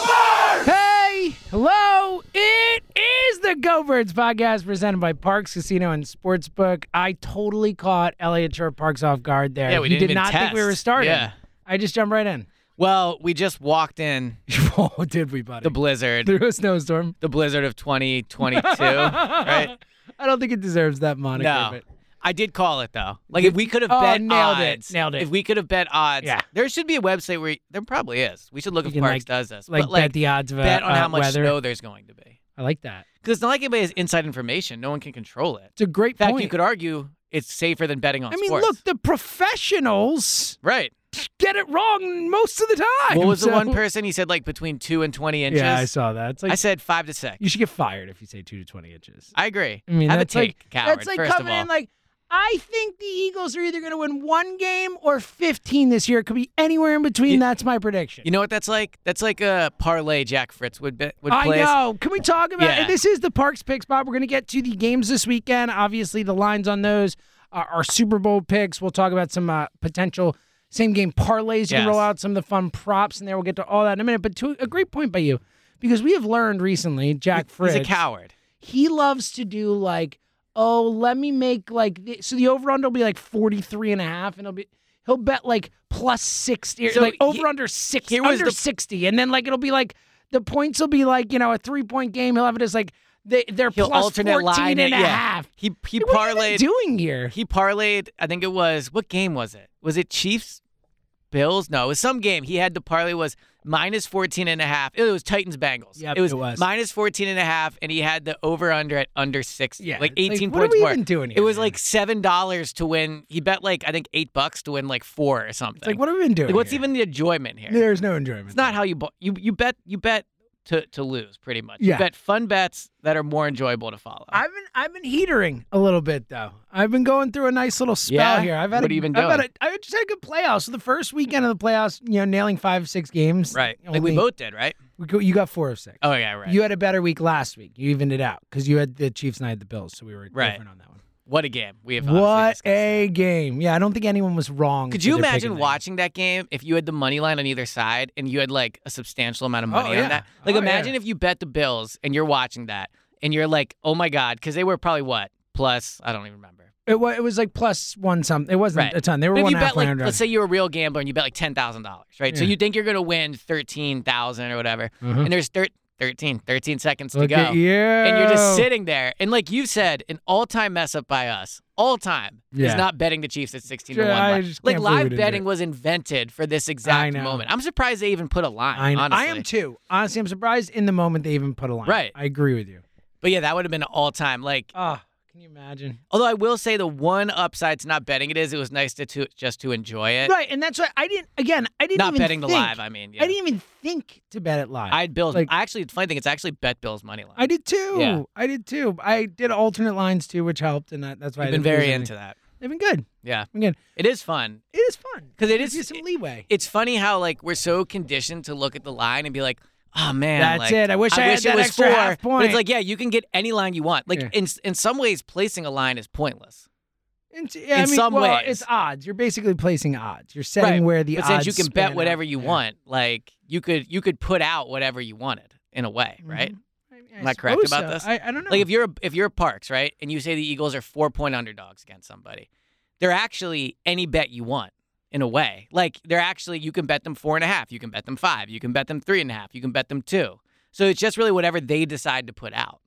Hey, hello. It is the Go Birds podcast presented by Parks Casino and Sportsbook. I totally caught Elliot Shore Parks off guard there. Yeah, we he didn't did even not think we test. were starting. Yeah. I just jumped right in. Well, we just walked in oh, did we, buddy? the blizzard, Through a snowstorm. the blizzard of 2022, right? I don't think it deserves that moniker. No. But I did call it though. Like if we could have Oh, bet nailed it, odds, nailed it. If we could have bet odds, Yeah. there should be a website where there probably is. We should look You if can, Parks like- does this. like, but, like bet the odds of uh, bet on uh, how much weather. snow there's going to be. I like that. Because it's not like anybody has inside information. No one can control it. It's a great In fact, point. you could argue it's safer than betting on I mean, sports. look, the professionals right. get it wrong most of the time. What was the so- one person he said like between two and twenty inches? Yeah, I saw that. It's like I said five to six. you should get fired if you say two to twenty inches. I agree. I mean, have that's a take, like coward. that's like first coming of all. in like I think the Eagles are either going to win one game or fifteen this year. It could be anywhere in between. You- that's my prediction. You know what that's like? That's like a parlay Jack Fritz would be, would I play. know. Can we talk about Yeah. and This is the Parks Picks, Bob. We're going to get to the games this weekend. Obviously, the lines on those are our Super Bowl picks. We'll talk about some uh, potential same game parlays. You can Yes. roll out some of the fun props in there. We'll get to all that in a minute. But to a great point by you, because we have learned recently, Jack Fritz. He's a coward. he loves to do like oh let me make like th- so the over under will be like 43 and a half and it'll be he'll bet like plus 60 So like he- over under 60 here was under the- 60 and then like it'll be like the points will be like you know a three point game he'll have it as like they, they're He'll plus alternate 14 line and it, a yeah. half He he what are you parlayed. even doing here He parlayed. I think it was what game was it? Was it Chiefs? Bills? No, it was some game. He had the parlay was minus 14 and a half. It was Titans Bengals. Yep, it, was it was. minus 14 and a half and he had the over under at under 60. Yeah, like it's like, 18 what are points we more. even doing it here, was man? like $7 to win. He bet like I think 8 bucks to win like 4 or something. it's like what have we been doing Like, what's here? even the enjoyment here? there's no enjoyment It's not how you bo- you you bet you bet to to lose pretty much. Yeah. You bet fun bets that are more enjoyable to follow. I've been I've been heatering a little bit though. I've been going through a nice little spell Yeah? here. I've had What a, have you been I've had doing? a, I just had a good playoffs. So the first weekend of the playoffs, you know, nailing five six games. right. Like Only- we both did, right? we go- you got four of six. Oh yeah, right. You had a better week last week. You evened it out because you had the Chiefs and I had the Bills, so we were Right. different on that one. what a game. We have honestly What discussed that. a game! Yeah, I don't think anyone was wrong. Could for you their pick in imagine that watching that game if you had the money line on either side and you had like a substantial amount of Oh, money yeah. on that? Like Oh, imagine yeah. if you bet the Bills and you're watching that and you're like, "Oh my god," cuz they were probably what? Plus, I don't even remember. game. It was it was like plus one something. It wasn't Right. a ton. They were But if one you half bet like, round let's say you're a real gambler and you bet like ten thousand dollars, right? So Yeah. you think you're gonna win thirteen thousand or whatever, Uh-huh. and there's thir- 13, 13 seconds to Look go, at you. and you're just sitting there, and like you said, an all-time mess up by us, all time, Yeah. is not betting the Chiefs at sixteen Yeah, to one. I line. just Like can't believe we live didn't do betting it. was invented for this I exact know. moment. I'm surprised they even put a line. I, know. I honestly. am too. Honestly, I'm surprised in the moment they even put a line. Right. I agree with you. But yeah, that would have been an all-time. Like Ah, Can you imagine? Although I will say the one upside to not betting it is it was nice to, to just to enjoy it. Right, and that's why I didn't. Again, I didn't. Eh. Not even betting the think- live, I mean. Yeah. I didn't even think to bet it live. I had Bills. like- I actually, the funny thing, it's actually bet Bills money line. I did too. Yeah. I did too. I did alternate lines too, which helped, and that, that's why I've I been didn't lose very anything. into that. They've been good. Yeah, Been good. it is fun It is fun because it Gives you is. some leeway. It's funny how like we're so conditioned to look at the line and be like, oh man, That's like, it. I wish I had wish that it was extra four. half But point. it's like, yeah, you can get any line you want. Like Yeah. in in some ways, placing a line is pointless. And t- yeah, I in mean, some well, ways. it's odds. You're basically placing odds. You're setting right. where the but odds. since you can span bet out. whatever you Yeah. want, like you could you could put out whatever you wanted in a way, right? I, Am I correct suppose about so. this? I, I don't know. Like if you're a, if you're a Parks, right, and you say the Eagles are four point underdogs against somebody, they're actually any bet you want in a way. Like they're actually you can bet them four and a half, you can bet them five, you can bet them three and a half, you can bet them two. So it's just really whatever they decide to put out.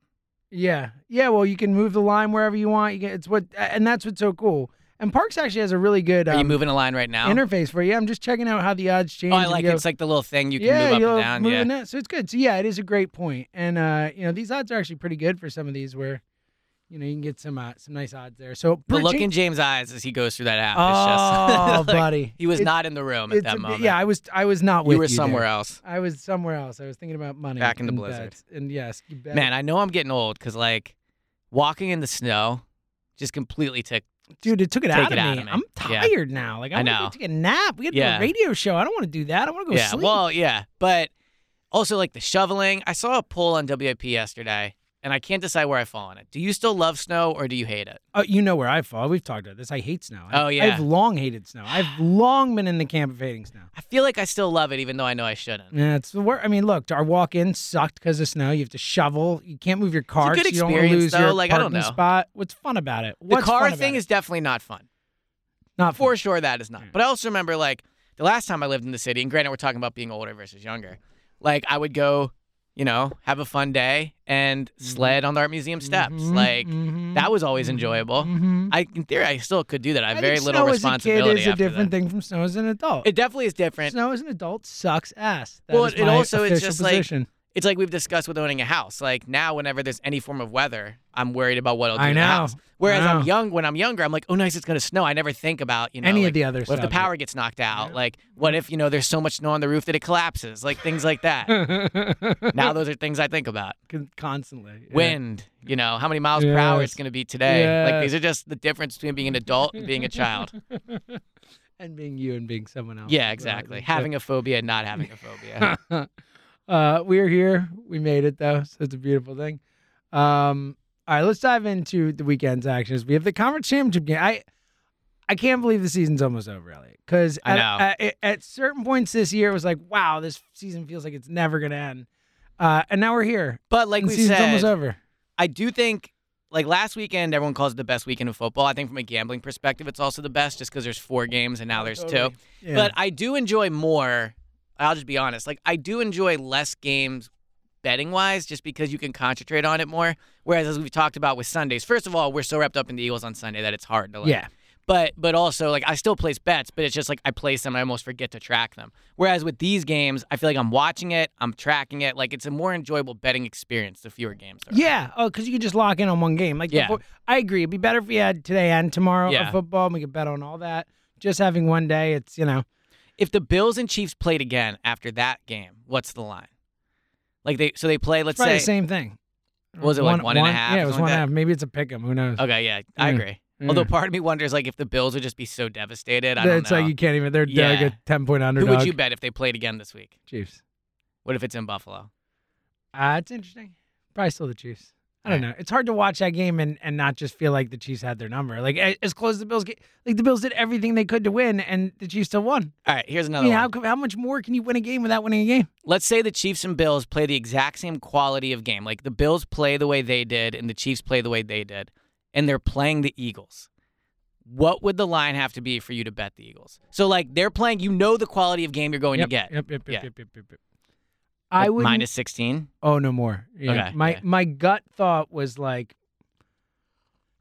yeah, yeah. Well, you can move the line wherever you want. You can, it's what, and that's what's so cool. And Parks actually has a really good Are you um, moving a line right now? interface for you. I'm just checking out how the odds change. oh, I and like you it. go- it's like the little thing you can yeah, move up you'll and move down. in Yeah. that. So it's good. So yeah, it is a great point. And uh, you know, these odds are actually pretty good for some of these where, you know, you can get some uh, some nice odds there. So The Brit- look in James' eyes as he goes through that app Oh, is just like, buddy. he was It's- not in the room at it's a that bit- moment. Yeah, I was I was not with you were there. somewhere else. I was somewhere else. I was thinking about money. Back in the and blizzard. bets. And yes, you bet. Man, I know I'm getting old because like walking in the snow just completely ticked. dude, it took it, Take out, of it out me. of me. I'm Yeah. tired now. Like I, I want to know. go take a nap. We got to Yeah. do a radio show. I don't want to do that. I want to go yeah, sleep. well, yeah, but also like the shoveling. I saw a poll on WIP yesterday, and I can't decide where I fall on it. Do you still love snow or do you hate it? Oh, you know where I fall. We've talked about this. I hate snow. I- Oh, yeah. I've long hated snow. I've long been in the camp of hating snow. I feel like I still love it, even though I know I shouldn't. Yeah, it's the worst. I mean, look, our walk in sucked because of snow. You have to shovel. You can't move your car. good so you don't wanna experience, lose your though. Like, I don't parking know. spot. What's fun about it? Hmm. What's the car fun thing about is definitely not fun. it? not For fun. sure, that is not. But I also remember like the last time I lived in the city, and granted, we're talking about being older versus younger. Like I would go, you know, have a fun day and Mm-hmm. sled on the art museum steps. Mhm, like Mm-hmm. mhm, that was always enjoyable. mhm. I, in theory, I still could do that. I have I very think little snow As responsibility. a kid is a after different that. thing from snow as an adult. It definitely is different. snow as an adult sucks ass. That Well, is it- it my also- it's official just like- position. It's like we've discussed with owning a house. Like now, whenever there's any form of weather, I'm worried about what I'll do I to the know. house. Whereas know. I'm young, when I'm younger, I'm like, oh, nice, it's gonna snow. I never think about you know Any of like, the other What if stuff. the power gets knocked out? Like, what if you know there's so much snow on the roof that it collapses? Like things like that. now those are things I think about. Con- Constantly. yeah. Wind, you know, how many miles per hour it's Yes. gonna be today. Like these Yes. are just the difference between being an adult and being a child. And being you and being someone else. yeah, exactly. Having a phobia and not having a phobia. uh, we're here. We made it though, so it's a beautiful thing. Um, all right, let's dive into the weekend's actions. We have the conference championship game. I I can't believe the season's almost over, Elliot. Because I at, know. at, at certain points this year, it was like, wow, this season feels like it's never gonna end. Uh, and now we're here. But like and the we season's said, almost over. I do think like last weekend, everyone calls it the best weekend of football. I think from a gambling perspective, it's also the best just because there's four games and now there's two. Yeah. But I do enjoy more. I'll just be honest. Like I do enjoy less games betting wise, just because you can concentrate on it more. Whereas as we've talked about with Sundays, first of all, we're so wrapped up in the Eagles on Sunday that it's hard to like. yeah, But but also like I still place bets, but it's just like I place them, I almost forget to track them. Whereas with these games, I feel like I'm watching it, I'm tracking it. Like it's a more enjoyable betting experience. The fewer games. There are. yeah. Oh, because you could just lock in on one game. Like, Yeah. before- I agree. It'd be better if we had today and tomorrow Yeah. of football, and we could bet on all that. Just having one day, it's you know, if the Bills and Chiefs played again after that game, what's the line? Like they so they play. Let's It's probably say the same thing. Was it, like, one and a half or Yeah, it was something one like and a that? half. Maybe it's a pick 'em. Who knows? okay, yeah, I Yeah, agree. yeah. Although part of me wonders like if the Bills would just be so devastated. I don't Mm. it's know. like you can't even. They're they're like Yeah. a ten point Who underdog. would you bet if they played again this week? Chiefs. What if it's in Buffalo? Uh, it's interesting. Probably still the Chiefs. I don't know. It's hard to watch that game and, and not just feel like the Chiefs had their number. Like a- as close as the Bills get, like the Bills did everything they could to win, and the Chiefs still won. All right, here's I another mean, one. how co- how much more can you win a game without winning a game? Let's say the Chiefs and Bills play the exact same quality of game. Like the Bills play the way they did, and the Chiefs play the way they did, and they're playing the Eagles. What would the line have to be for you to bet the Eagles? So like they're playing, you know the quality of game you're going yep, to get. Yep, yep, yep, Yeah. yep, yep, yep, yep. I Like, would minus sixteen. Oh, no more. Yeah. Okay, my yeah. my gut thought was like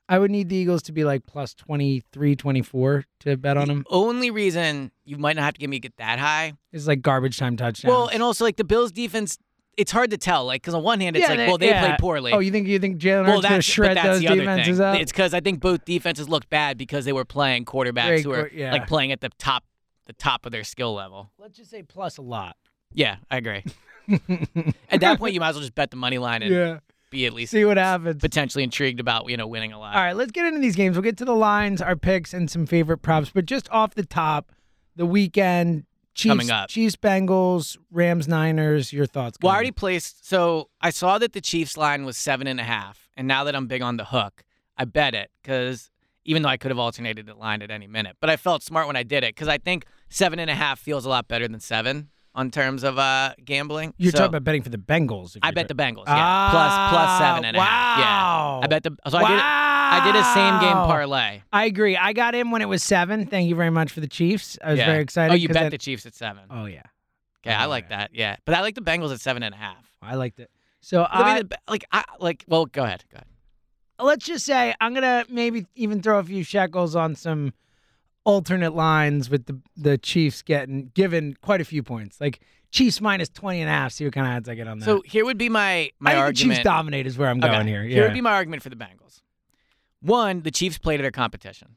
I would need the Eagles to be like plus 23, 24 to bet on The them. Only reason you might not have to give me get that high. It's like garbage time touchdowns. Well, and also like the Bills defense it's hard to tell. Like, because on one hand, it's Yeah, like, they- well, they yeah. played poorly. Oh, you think you think Jalen well, Hurts gonna that's but shred that's those the other defenses thing. up? It's because I think both defenses looked bad because they were playing quarterbacks Very who were qu- yeah. like playing at the top, the top of their skill level. Let's just say plus a lot. Yeah, I agree. at that point, you might as well just bet the money line and yeah. be at least See what happens. potentially intrigued about you know winning a lot. All right, let's get into these games. We'll get to the lines, our picks, and some favorite props. But just off the top, the weekend Chiefs, Coming up. Chiefs, Bengals, Rams, Niners. Your thoughts? Well, I Glenn? already placed. So I saw that the Chiefs line was seven and a half, and now that I'm big on the hook, I bet it because even though I could have alternated the line at any minute, but I felt smart when I did it because I think seven and a half feels a lot better than seven on terms of uh gambling. You're So talking about betting for the Bengals. if I you're bet the doing- Bengals. Yeah, plus plus seven and a half. Wow. Yeah, I bet the. So I wow. did. I did a same game parlay. I agree. I got in when it was seven. Thank you very much for the Chiefs. I was Yeah. very excited. Oh, you 'cause bet that- the Chiefs at seven. Oh yeah, Okay, I oh, like yeah. that. Yeah, but I like the Bengals at seven and a half. I liked it. So I I, mean, like I like. Well, go ahead. Go ahead. let's just say I'm gonna maybe even throw a few shekels on some alternate lines with the the Chiefs getting given quite a few points, like Chiefs minus 20 and a half. See what kind of odds I get on that. So here would be my my I think the argument. Chiefs dominate is where I'm Okay, going here. Yeah. Here would be my argument for the Bengals. One, the Chiefs played at their competition,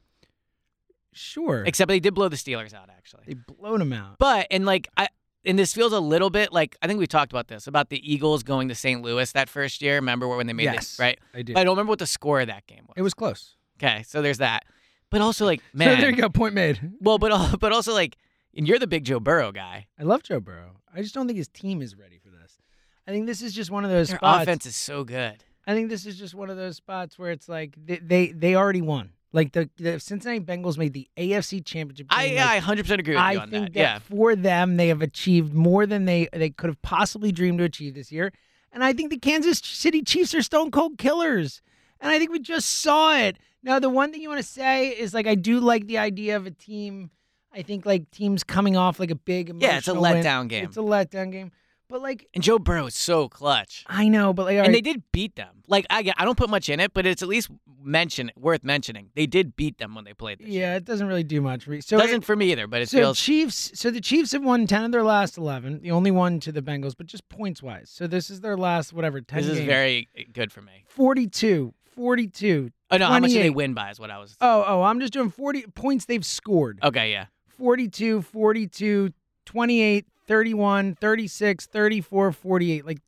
sure. except they did blow the Steelers out actually. they blown them out. But and like I and this feels a little bit like I think we talked about this about the Eagles going to St. Louis that first year. Remember when they made Yes, this right? I do. But I don't remember what the score of that game was. it was close. okay. So there's that. But also like man, So there you go. Point made. well, but al- but also like and you're the big Joe Burrow guy. I love Joe Burrow. I just don't think his team is ready for this. I think this is just one of those Their spots. offense is so good. I think this is just one of those spots where it's like they they, they already won. Like the, the Cincinnati Bengals made the AFC Championship. I game, yeah, like, I 100% agree with you I on think that, that. Yeah. for them, they have achieved more than they they could have possibly dreamed to achieve this year. And I think the Kansas City Chiefs are stone cold killers. And I think we just saw it. Now, the one thing you want to say is like I do like the idea of a team. I think like teams coming off like a big emotional Yeah, it's a win. letdown game. It's a letdown game. But like And Joe Burrow is so clutch. I know, but like all and right, they did beat them. Like I, I don't put much in it, but it's at least mention worth mentioning. They did beat them when they played this. year. yeah, it doesn't really do much. for me. So doesn't for me either, but it so feels Chiefs. So the Chiefs have won ten of their last eleven. The only one to the Bengals, but just points wise. So this is their last whatever ten. this is games. very good for me. 42, 42. Oh no, how much did 28. they win by is what I was. Oh, oh, I'm just doing 40 points they've scored. Okay, yeah, 42, 42, 28, 31, 36, 34, 48. Like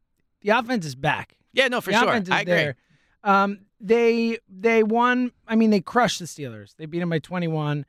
the offense is back. yeah, no, for the sure. offense is I agree. there. Um, they they won. I mean, they crushed the Steelers. They beat them by 21.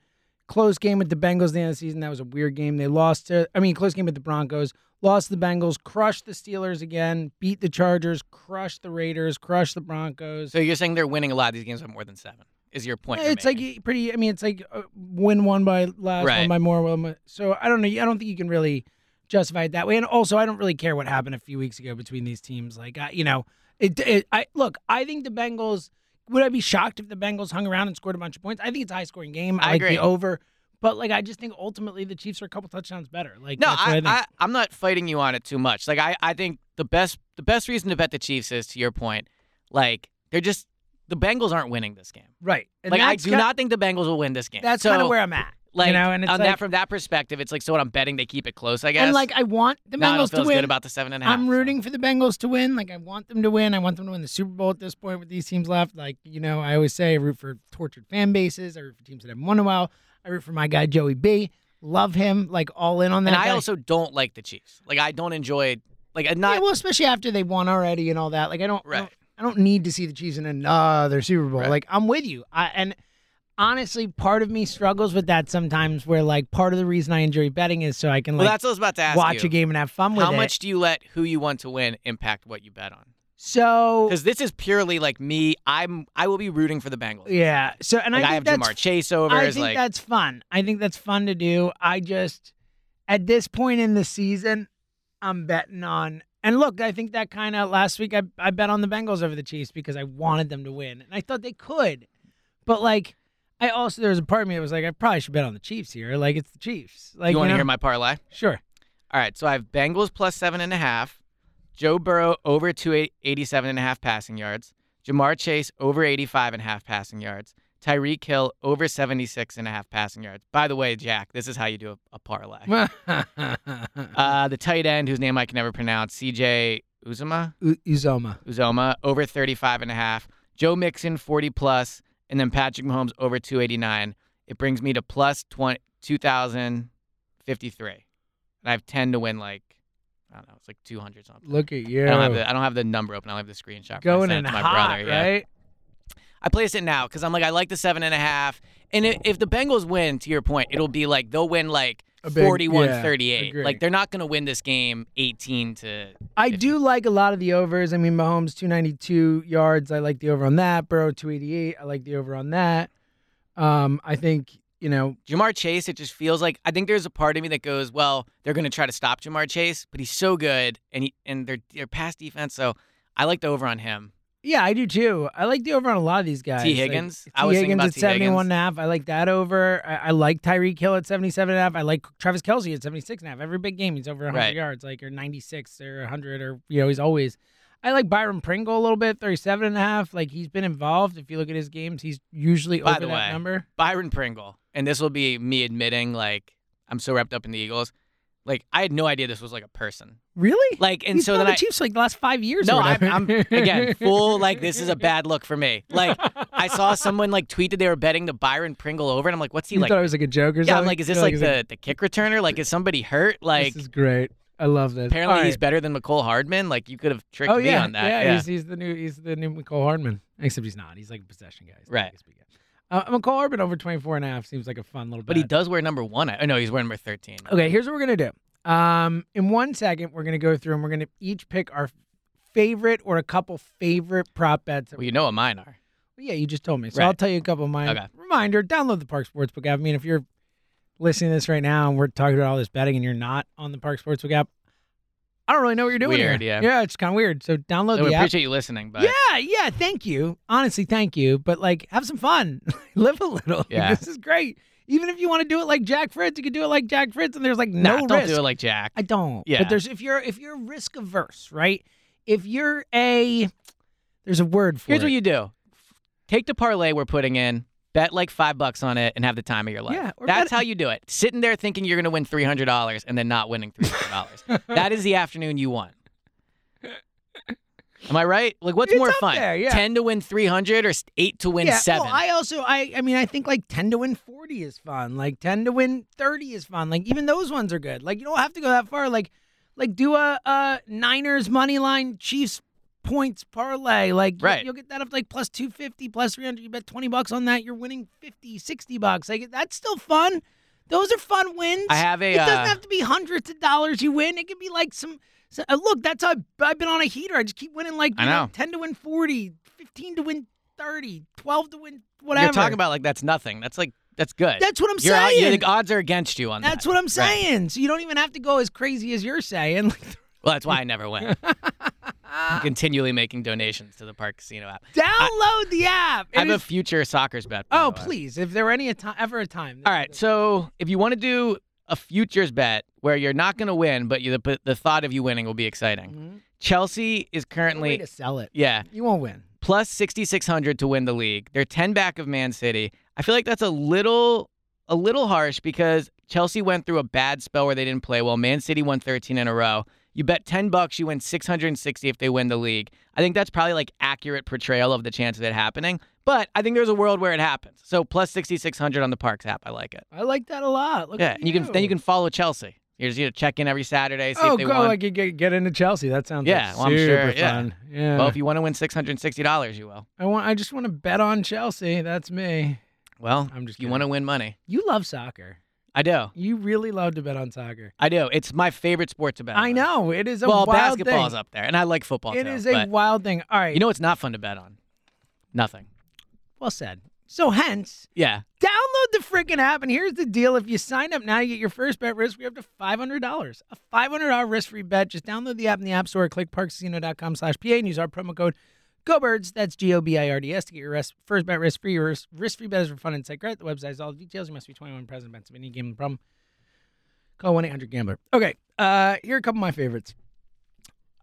Close game with the Bengals at the end of the season. That was a weird game. They lost to. I mean, close game with the Broncos. Lost to the Bengals. Crushed the Steelers again. Beat the Chargers. Crushed the Raiders. Crushed the Broncos. So you're saying they're winning a lot of these games by more than seven? Is your point? Yeah, you're Eh, It's like making. you- pretty. I mean, it's like uh, win one by last, one Right. by more. One by, so I don't know. I don't think you can really justify it that way. And also, I don't really care what happened a few weeks ago between these teams. Like, I, you know, it, it. I look. I think the Bengals. Would I be shocked if the Bengals hung around and scored a bunch of points? I think it's a high scoring game. I, I like agree. the over. But like, I just think ultimately the Chiefs are a couple touchdowns better. Like, no, that's what I, I, think. I, I'm not fighting you on it too much. Like I, I think the best the best reason to bet the Chiefs is to your point. Like they're just the Bengals aren't winning this game. right. And like I that's do ki- not think the Bengals will win this game. That's so, kind of where I'm at. like you know, and it's on like, that from that perspective, it's like so. What I'm betting they keep it close, I guess. and like I want the now I don't Bengals feel to as win. good about the seven and a half. I'm so. rooting for the Bengals to win. Like I want them to win. I want them to win the Super Bowl at this point with these teams left. Like, you know, I always say I root for tortured fan bases. I root for teams that haven't won in a while. I root for my guy Joey B. Love him, like all in on that. And I guy. also don't like the Chiefs. Like I don't enjoy like I'm Yeah, not well, especially after they won already and all that. Like I don't, I don't Right. I don't need to see the Chiefs in another Super Bowl. Right. Like I'm with you. I and honestly, part of me struggles with that sometimes where like part of the reason I enjoy betting is so I can Well, like that's what I was about to ask watch you. a game and have fun with How it. much do you let who you want to win impact what you bet on? so Because this is purely like me. I'm I will be rooting for the Bengals. yeah. So and Like, I I, think have that's Jamar Chase over. I is think like that's fun. I think that's fun to do. I just at this point in the season, I'm betting on and look, I think that kind of last week I, I bet on the Bengals over the Chiefs because I wanted them to win and I thought they could. But like I also there was a part of me that was like I probably should bet on the Chiefs here. Like it's the Chiefs. Like you want to know? hear my parlay? Sure. All right, so I have Bengals plus seven and a half, Joe Burrow over 287 and a half passing yards, Jamar Chase over 85 and a half passing yards, Tyreek Hill over 76 and a half passing yards. By the way, Jack, this is how you do a, a parlay. Uh, the tight end, whose name I can never pronounce, CJ Uzuma, U- Uzoma. Uzoma over 35 and a half. Joe Mixon 40 plus, and then Patrick Mahomes over 289. It brings me to plus 20, 2053. And I have 10 to win like I don't know, it's like 200 something. Look at I you. don't have the I don't have the number open. I don't have the screenshot. but I Going sent it in to my hot, brother. Yeah. right? I place it now because I'm like I like the seven and a half. And i if the Bengals win, to your point, it'll be like they'll win like A big- 41 yeah, 38. agree. Like they're not going to win this game 18 to. I do like a lot of the overs. I mean, Mahomes 292 yards. I like the over on that. Burrow 288. I like the over on that. Um, I think you know Jamar Chase, it just feels like I think there's a part of me that goes, well, they're going to try to stop Jamar Chase, but he's so good and he and their their pass defense. So I liked over on him. Yeah, I do too. I like the over on a lot of these guys. Like, Higgins? T. I was thinking Higgins about at T. 71 and a half. I like that over. I, I like Tyreek Hill at 77 and a half. I like Travis Kelsey at 76 and a half. Every big game, he's over 100 Right. yards, like or 96 or 100 or, you know, he's always. I like Byron Pringle a little bit, 37 and a half. Like he's been involved. If you look at his games, he's usually By over the that way, number. Byron Pringle, and this will be me admitting like I'm so wrapped up in the Eagles. Like I had no idea this was like a person. Really? Like and he's so been on then the I Chiefs like the last five years. or No, I'm, whatever. I'm again full. Like this is a bad look for me. Like I saw someone like tweet that they were betting the Byron Pringle over, and I'm like, what's he You like? thought it was like a joke or something? yeah, I'm like, is this You're like is the, the kick returner? Like, is somebody hurt? Like, this is great. I love this. apparently All right. Oh, he's better than McCole Hardman. Like, you could have tricked me yeah, on that. Yeah, He's, he's the new he's the new McCole Hardman. Except he's not. He's like a possession guy. He's not Right. like a speed guy. Uh, McCole Hardman over 24 and a half seems like a fun little but he bet. does wear number one. I, oh, no, he's wearing number thirteen. Okay, here's what we're gonna do. Um, in one second, we're gonna go through and we're gonna each pick our favorite or a couple favorite prop bets. that Well, you know what mine are. Well, Yeah, you just told me. So Right. I'll tell you a couple of mine. Okay. Reminder download the Park Sportsbook app. I mean, if you're listening to this right now and we're talking about all this betting and you're not on the Park Sportsbook app, I don't really know what you're doing. Weird, here. yeah. Yeah, it's kind of weird. So download So we the app. appreciate you listening, but Yeah, yeah. Thank you. Honestly, thank you. But like, have some fun. Live a little. Yeah. This is great. Even if you want to do it like Jack Fritz, you can do it like Jack Fritz, and there's like nah, no don't risk. do it like Jack. I don't. Yeah. But there's if you're if you're risk averse, right? If you're a there's a word for Here's it. what you do: take the parlay we're putting in, bet like five bucks on it, and have the time of your life. Yeah, or that's bet- how you do it. Sitting there thinking you're going to win three hundred dollars and then not winning three hundred dollars. that is the afternoon you want. Am I right? Like, what's It's more up fun? there, yeah. Ten to win three hundred or s- eight to win yeah, seven? Well, I also I I mean I think like ten to win forty is fun. Like ten to win thirty is fun. Like even those ones are good. Like you don't have to go that far. Like like do a, a Niners money line Chiefs points parlay. Like you- Right. you'll get that up to, like plus two fifty, plus three hundred. You bet twenty bucks on that, you're winning 50, 60 bucks. Like that's still fun. Those are fun wins. I have a. It doesn't uh, have to be hundreds of dollars you win. It could be like some. so- uh, look, that's how I've, I've been on a heater. I just keep winning like I you know. 10 to win 40, 15 to win 30, 12 to win whatever. you're talking about like that's nothing. That's like that's good. That's what I'm You're out- saying. the odds are against you on that's that. what I'm Right. saying. So you don't even have to go as crazy as you're saying. Like, Well, that's why I never win. I'm continually making donations to the Park Casino app. download the app. It I have a is- future soccer's bet. by oh, the way. please. If there were any a ti- ever a time. All right. So if you want to do a futures bet where you're not going to win, but you, the, but the thought of you winning will be exciting. Mhm. Chelsea It's a is way currently, to sell it. yeah, You won't win. plus 6,600 to win the league. They're 10 back of Man City. I feel like that's a little, a little harsh because Chelsea went through a bad spell where they didn't play well. Man City won 13 in a row. You bet 10 bucks, you win 660 if they win the league. I think that's probably like accurate portrayal of the chance of it happening. But I think there's a world where it happens. So plus 6,600 on the Parks app. I like it. I like that a lot. Look Yeah, at and you can then you can follow Chelsea. You're just, you know, check in every Saturday, see Oh, if they go! won. I could get get into Chelsea. That sounds Yeah, like well, I'm sure, super yeah. fun. Yeah. well, if you want to win six hundred and sixty dollars, you will. I want. I just want to bet on Chelsea. That's me. Well, I'm just you want to win money. You love soccer. I do. You really love to bet on soccer. I do. It's my favorite sport to bet. I on. know it is a Well, wild basketball's thing. up there, and I like football. It too, is a but wild thing. All right. You know what's not fun to bet on? Nothing. well said. So hence, Yeah. download the freaking app. And here's the deal: if you sign up now, you get your first bet risk free up to five hundred dollars. A five hundred dollar risk free bet. Just download the app in the app store. Click parkcasino.com slash pa and use our promo code. GoBirds, that's G O B I R D S to get your rest, first bet risk free. Your risk free bet is for fun and site credit. The website has all the details. You must be 21 present in Pennsylvania. Gambling problem? Call 1 800 Gambler. Okay, uh, here are a couple of my favorites.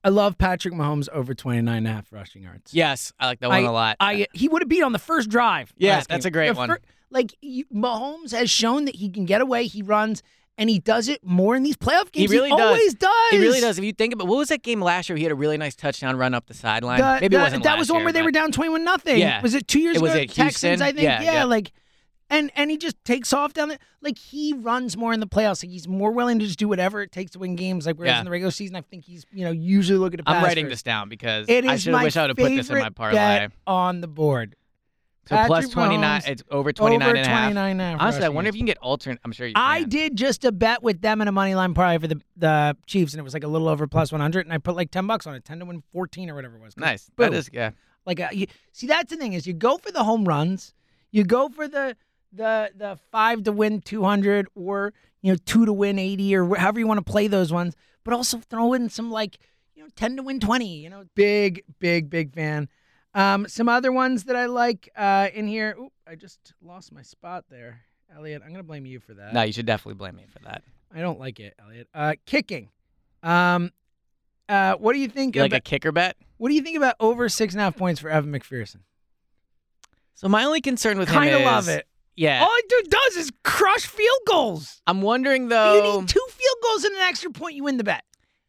I love Patrick Mahomes over 29 and a half rushing yards. Yes, I like that one I- a lot. I he would have beat on the first drive. Yeah, last that's game. a great The one. like you, Mahomes has shown that he can get away. He runs and he does it more in these playoff He games. really does. always does. He really does. If you think about what was that game last year, where he had a really nice touchdown run up the sideline. The- Maybe the- it wasn't that last was the one year, where they but- were down twenty-one nothing. Yeah. Was it two years It was ago? at Houston? Texans, I think. Yeah, yeah. like, and and he just takes off down there. Like he runs more in the playoffs. Like he's more willing to just do whatever it takes to win games. Like whereas Yeah. in the regular season, I think he's you know usually looking to pass. I'm writing first. this down because It is I should my wish I would have put this in my favorite parlay. bet on the board. So plus Patrick 29, Mahomes it's over 29 over and a half. 29 and a half Honestly, I rushing wonder if yards. you can get alternate. I'm sure you can. I did just a bet with them in a money line parlay for the the Chiefs, and it was like a little over plus one hundred, and I put like ten bucks on it, ten to win fourteen or whatever it was. 'Cause Nice. boom. That is, yeah. like a, you, see that's the thing is you go for the home runs, you go for the the the five to win two hundred or you know two to win eighty or wh- however you want to play those ones, but also throw in some like you know ten to win twenty. You know, big big big fan. Um, some other ones that I like uh, in here. Oop, I just lost my spot there, Elliot. I'm gonna blame you for that. No, you should definitely blame me for that. I don't like it, Elliot. Uh, kicking. Um, uh, what do you think? You like about, a kicker bet? what do you think about over six and a half points for Evan McPherson? So my only concern with Kind him of is, love it. Yeah, All it dude does is crush field goals. I'm wondering you though need two field goals and an extra point, you win the bet.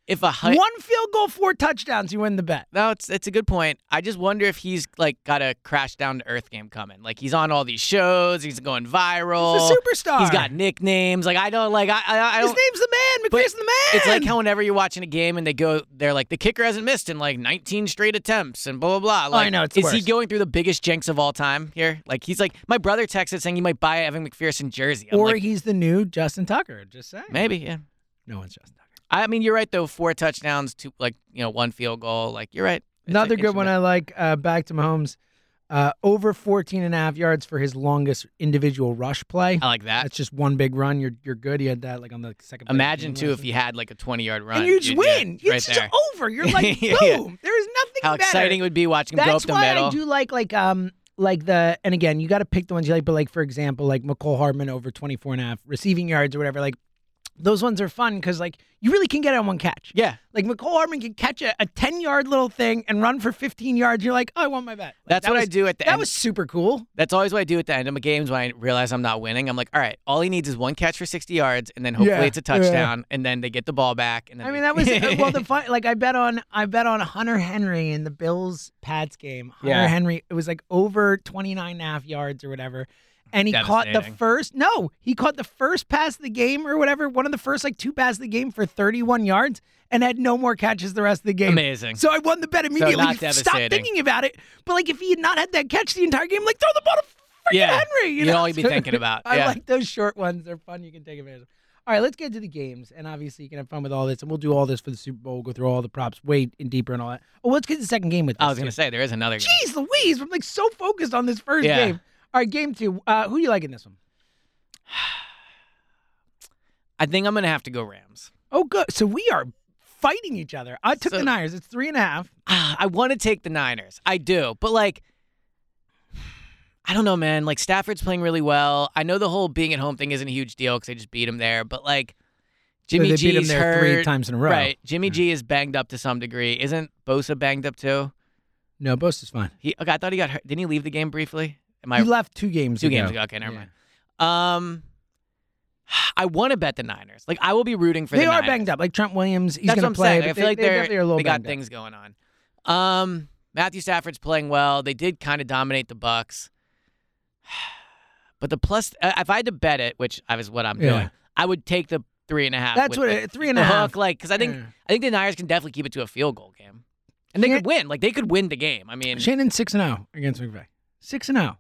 if a high. One field goal, four touchdowns, you win the bet. No, it's it's a good point. I just wonder if he's like got a crash down to earth game coming. Like he's on all these shows, he's going viral. He's a superstar. He's got nicknames. Like I don't like I I, I his don't. name's the man. but McPherson's the man. It's like how whenever you're watching a game and they go, they're like the kicker hasn't missed in like 19 straight attempts and blah blah blah. Oh, I Like, know, it's the is he worst. going through the biggest jinx of all time here? Like he's like my brother texted saying he might buy an Evan McPherson jersey. I'm or like, he's the new Justin Tucker. Just saying. maybe yeah. No one's Justin Tucker. I mean, you're right though. Four touchdowns, two like you know one field goal. Like you're right. It's a- Another it good should one be- I like uh, back to Mahomes. Uh, over 14 and a half yards for his longest individual rush play. I like that. That's just one big run. You're you're good. He had that like on the second. play of the Imagine game too last if week. you had like a 20 yard run. and you just you'd do it win. It's right just there. over. You're like boom. Yeah, yeah. There is nothing. How better. exciting it would be watching him That's go up the why middle. I do like like um like the and again you got to pick the ones you like. But like for example, like McCole Hardman over 24 and a half receiving yards or whatever. Like those ones are fun because like you really can get it on one catch. yeah, Like McCole Hardman can catch a, a 10 yard little thing and run for 15 yards. You're like, oh, I won my bet. Like, that's that what I was- do at the That end. was super cool. that's always what I do at the end of my games when I realize I'm not winning. I'm like, all right, all he needs is one catch for 60 yards, and then hopefully Yeah, it's a yeah. touchdown, and then they get the ball back. And then I mean, they- that was uh, well the fun. Like I bet on I bet on Hunter Henry in the Bills Pats game. Hunter Yeah. Henry, it was like over 29 and a half yards or whatever. And he caught the Devastating. first no, he caught the first pass of the game or whatever, one of the first like two passes of the game for 31 yards and had no more catches the rest of the game. amazing. So I won the bet immediately. not Stop devastating. thinking about it. But like if he had not had that catch the entire game, like throw the ball to freaking Yeah. Henry. You You'd know? all you'd be thinking about. I Yeah. like those short ones. They're fun. You can take advantage of. All right, let's get to the games, and obviously you can have fun with all this, and we'll do all this for the Super Bowl. We'll go through all the props, way in deeper, and all that. Oh, let's get to the second game with. This I was gonna too. say there is another. game. Jeez Louise, I'm like so focused on this first Yeah. game. All right, game two. Uh, who do you like in this one? I think I'm gonna have to go Rams. Oh, good. So we are fighting each other. I took So- the Niners. It's three and a half. Ah, I want to take the Niners. I do. But like I don't know, man. Like Stafford's playing really well. I know the whole being at home thing isn't a huge deal cuz they just beat him there, but like Jimmy they G's beat him there hurt. three times in a row. Right. Jimmy G is banged up to some degree. Isn't Bosa banged up too? No, Bosa's fine. He okay, I thought he got hurt. Didn't he leave the game briefly? Am I He left two games. two games ago? Okay, never mind. Um I want to bet the Niners. Like I will be rooting for They the are Niners. banged up. Like Trent Williams, he's going That's what to I'm play. saying. but I feel they, like they they're, definitely are a little they got banged up. things going on. Um, Matthew Stafford's playing well. They did kind of dominate the Bucks, but the plus. Uh, if I had to bet it, which I was what I'm Yeah. doing, I would take the three and a half. That's with what the, it- three and the a half. hook, like because I think Yeah. I think the Niners can definitely keep it to a field goal game, and they Can't- could win. Like they could win the game. I mean, Shannon six and zero against McVay. Six and zero.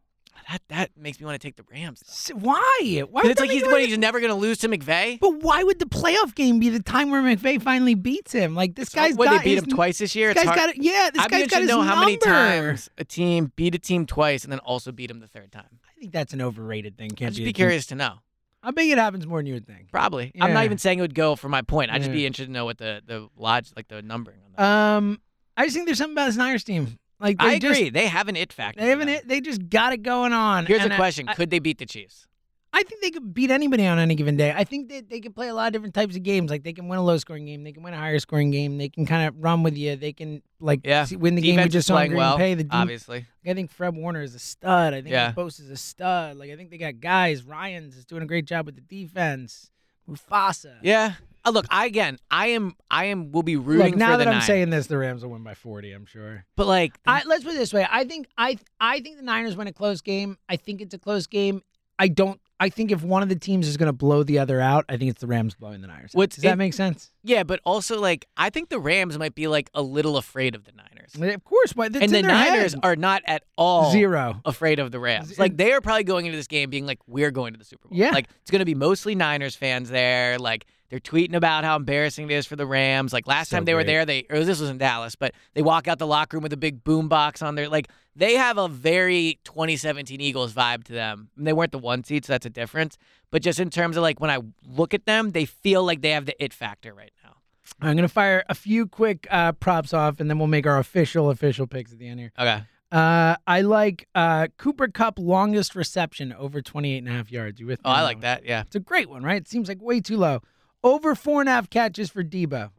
that that makes me want to take the Rams. though. S- Why? Why? 'Cause Would It's that like make he's you what, like- he's never going to lose to McVay. But why would the playoff game be the time where McVay finally beats him? Like this guy's what got they beat his, him twice this year. This It's guy's hard. got it. Yeah, this guy's I'd be got interested to his know number. how many times a team beat a team twice and then also beat him the third time. I think that's an overrated thing. Can't I'd just be, be a team- curious to know. I bet it happens more than you would think. Probably. I'm not Yeah. even saying it would go for my point. I'd just be Yeah. interested to know what the the lodge like the numbering on that. Um, I just think there's something about this Niners team. Like they I just, agree. They have an it factor. They to haven't. them. hit- They just got it going on. Here's And a I- question: I- Could they beat the Chiefs? I think they could beat anybody on any given day. I think that they can play a lot of different types of games. Like they can win a low scoring game, they can win a higher scoring game, they can kind of run with you, they can like Yeah. see- win the game Defense with just is playing on Green well. Bay. The de- obviously, I think Fred Warner is a stud. I think Yeah. Bose is a stud. Like I think they got guys. Ryan's is doing a great job with the defense. Mufasa. Yeah. Uh, look, I again, I am, I am, will be rooting Look, now for the that I'm Niners, saying this, the Rams will win by 40. I'm sure. but like, I, let's put it this way. I think I I think the Niners win a close game. I think it's a close game. I don't. I think if one of the teams is going to blow the other out, I think it's the Rams blowing the Niners. out. What's- Does that it- make sense? yeah, but also like, I think the Rams might be like a little afraid of the Niners, Of course. Why? that's and in the their Niners head. are not at all zero. afraid of the Rams. Z- Like they are probably going into this game being like, we're going to the Super Bowl. Yeah. Like it's going to be mostly Niners fans there. Like they're tweeting about how embarrassing it is for the Rams. Like last So time they were great. there, they or this was in Dallas, but they walk out the locker room with a big boom box on their like they have a very 2017 Eagles vibe to them. And they weren't the one seed, so that's a difference. But just in terms of like when I look at them, they feel like they have the it factor right now. I'm gonna fire a few quick uh, props off, and then we'll make our official official picks at the end here. Okay. Uh, I like uh, Cooper Cup longest reception over 28 and a half yards. You with me? Oh, on I that like one? that. Yeah. It's a great one, right? It seems like way too low. Over four and a half catches for Debo.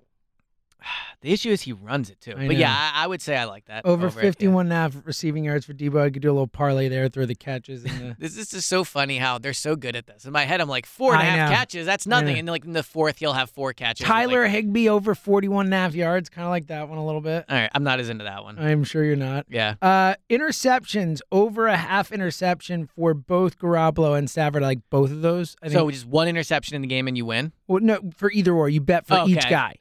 The issue is he runs it too. I but yeah, know. I, I would say I like that. Over, it, Oh, yeah. 51 and a half receiving yards for Debo. I could do a little parlay there, throw the catches and the. This is just so funny how they're so good at this. In my head, I'm like four and a I half know. catches. That's I nothing. know. And like in the fourth, he'll have four catches. and, Tyler like- Higbee over 41 and a half yards. Kind of like that one a little bit. all right, I'm not as into that one. I'm sure you're not. Yeah, Uh, interceptions over a half interception for both Garoppolo and Stafford. I like both of those. I think, so just one interception in the game and you win. well, no, for either or, you bet for each Okay. guy.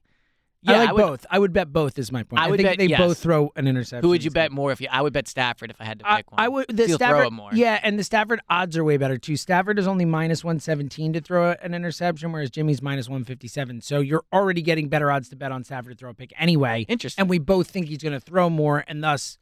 Yeah, I like would, both. I would bet both is my point. I would think bet- they yes. both throw an interception. Who would you so- bet more if you? I would bet Stafford if I had to I, pick one. I would the He'll throw Stafford it more. Yeah, and the Stafford odds are way better too. Stafford is only minus one seventeen to throw an interception, whereas Jimmy's minus one fifty seven. So you're already getting better odds to bet on Stafford to throw a pick anyway. Interesting. And we both think he's going to throw more, and thus,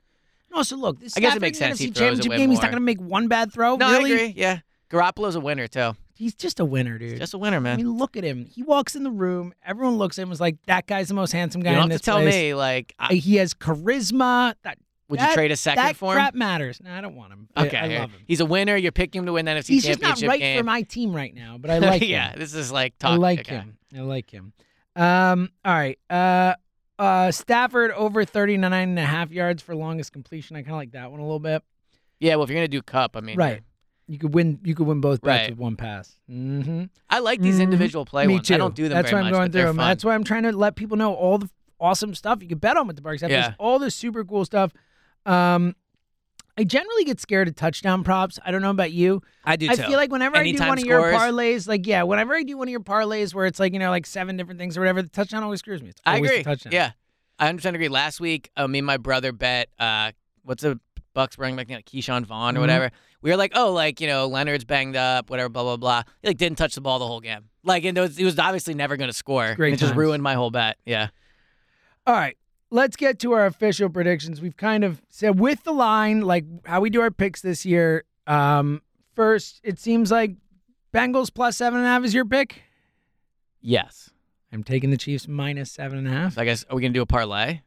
and also look, this I guess it Stafford makes in the sense he NFC throws Championship away game, he's not more. going to make one bad throw. no, really, I agree. Yeah, Garoppolo's a winner too. he's just a winner, dude. He's just a winner, I man. mean, look at him. He walks in the room. Everyone looks at him. and is like, that guy's the most handsome you guy don't in have this to tell place. me. Like, Uh, I, He has charisma. That would that- you trade a second that for him? crap matters. No, I don't want him. I- okay, I, here. love him. he's a winner. You're picking him to win the NFC He's just Championship not right game. for my team right now, but I like yeah, him. this is like I talking. like okay. him. I like him. Um, all right. Uh, uh, Stafford over 39 and a half yards for longest completion. I kind of like that one a little bit. Yeah, well, if you're gonna do cup, I mean, Right. You could win. You could win both bets Right. with one pass. Mm-hmm. I like these Mhm. individual play Me ones. too. I don't do them That's very why I'm much, going but they're through 'em. fun. That's why I'm trying to let people know all the awesome stuff you can bet on with the Barks app. There's Yeah. all the super cool stuff. Um, I generally get scared of touchdown props. I don't know about you. I do. I too. feel like whenever I Anytime do one of scores. your parlays, like yeah, whenever I do one of your parlays where it's like you know like seven different things or whatever, the touchdown always screws me. It's I always the agree. touchdown. Yeah, I understand. Agree. Last week, uh, me and my brother bet. Uh, what's a Bucks running back name? Like Keyshawn Vaughn or Mhm. whatever. We were like, oh, like you know, Leonard's banged up, whatever, blah blah blah. He like didn't touch the ball the whole game. Like, and it was, he was obviously never going to score. great And it just times. ruined my whole bet. Yeah. All right. Let's get to our official predictions. We've kind of said with the line, like how we do our picks this year. Um, first, it seems like Bengals plus seven and a half is your pick. Yes. I'm taking the Chiefs minus seven and a half. So I guess are we going to do a parlay?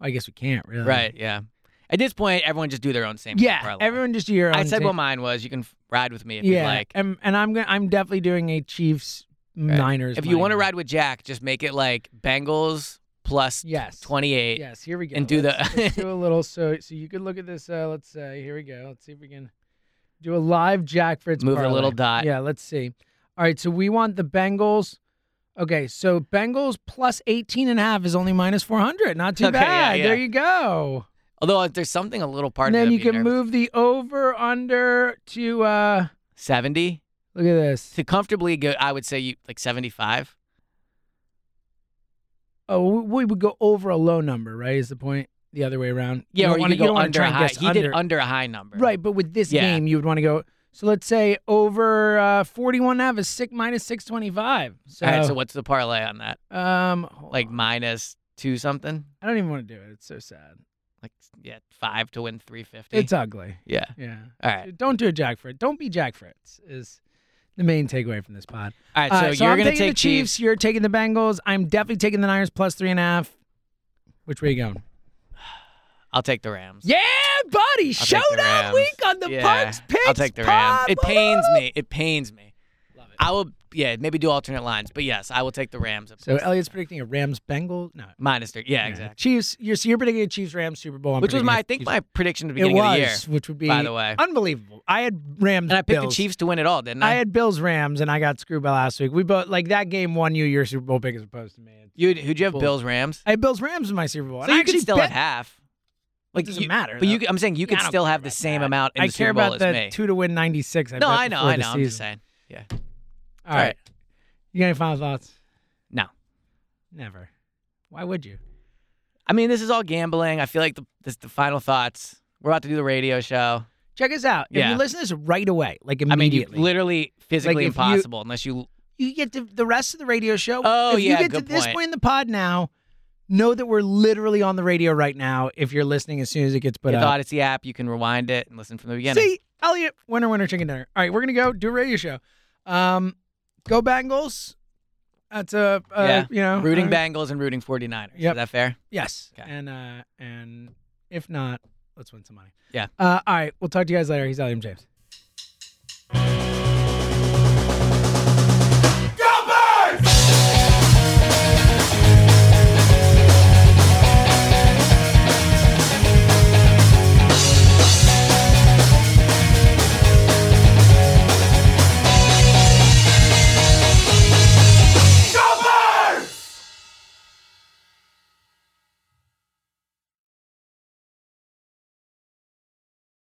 I guess we can't really. Right. Yeah. At this point, everyone just do their own same. Yeah. parlay. Everyone just do your own. I said thing. what mine was. You can f- ride with me if yeah. you like. and, and I'm gonna. I'm definitely doing a Chiefs Niners. If you want to minus. ride with Jack, just make it like Bengals plus Yes. 28. Yes. Here we go. and do the- Let's- let's do a little. So so you could look at this. Uh, let's say here we go. Let's see if we can do a live Jack Fritz. Move a parlay. little dot. Yeah. Let's see. All right. So we want the Bengals. Okay, so Bengals plus 18 and a half is only minus 400. Not too Okay, yeah, bad. yeah. There you go. Although uh, there's something a little part and of then it you I'd be can nervous. move the over under to uh 70 look at this. to comfortably go. I would say you like 75. Oh, we- we would go over a low number, right? Is the point the other way around? Yeah, don't or you wanna- could go don't wanna under try a and high. guess He did under a high number. right, but with this Yeah. game, you would want to go. So let's say over uh, forty-one half is six minus six twenty-five. So, All right. So what's the parlay on that? um, hold Like on. minus two something. I don't even want to do it. It's so sad. Like yeah, five to win 350. It's ugly. yeah. Yeah. All right. Don't do a Jack Fritz. Don't be Jack Fritz. Is the main takeaway from this pod. All right. So Uh, so you're I'm gonna taking take the Chiefs. You're taking the Bengals. I'm definitely taking the Niners plus three and a half. Which way are you going? I'll take the Rams. Yeah, buddy, I'll take the showdown Rams. week on the yeah. Parks Picks. I'll take the Rams. pod. It pains me. It pains me. I will, yeah, maybe do alternate lines, but yes, I will take the Rams. Of So course. Elliot's predicting a Rams Bengals. No, minus three, yeah, no. exactly. Chiefs. You're so you're predicting a Chiefs Rams Super Bowl. I'm Which was predicting my, a I think, Chiefs- my prediction at the it beginning of the year. was, which would be by the way. unbelievable. I had Rams And I picked Bills. the Chiefs to win it all, didn't I? I had Bills Rams, and I got screwed by last week. We both like that game won you your Super Bowl pick as opposed to me. It's- you who'd you have? Cool. Bills, Rams. I had Bills Rams in my Super Bowl. and So I you could actually still bet, have half. It doesn't you- matter, But you, though. could- I'm saying you Yeah, could I don't still care have the about same that. amount in I the care Super Bowl about as the me. two to win ninety six. no, I know, I know. I'm just saying. All right, you got any final thoughts? No. Never. Why would you? I mean, this is all gambling. I feel like the this, the final thoughts. We're about to do the radio show. Check us out. If Yeah. you listen to this right away, like I mean, you immediately, literally physically if you- impossible unless you. you get to the rest of the radio show. Oh, if yeah, You get good to this point. point in the pod now. Know that we're literally on the radio right now. If you're listening, as soon as it gets put But out, the Odyssey app, you can rewind it and listen from the beginning. See, Elliot, winner, winner, chicken dinner. All right, we're gonna go do a radio show. Um, go Bengals. That's a uh, Yeah. you know rooting uh, Bengals and rooting 49ers. Yep. Is that fair? Yes, Okay. and uh, and if not, let's win some money. Yeah. Uh, all right, we'll talk to you guys later. He's Elliot James.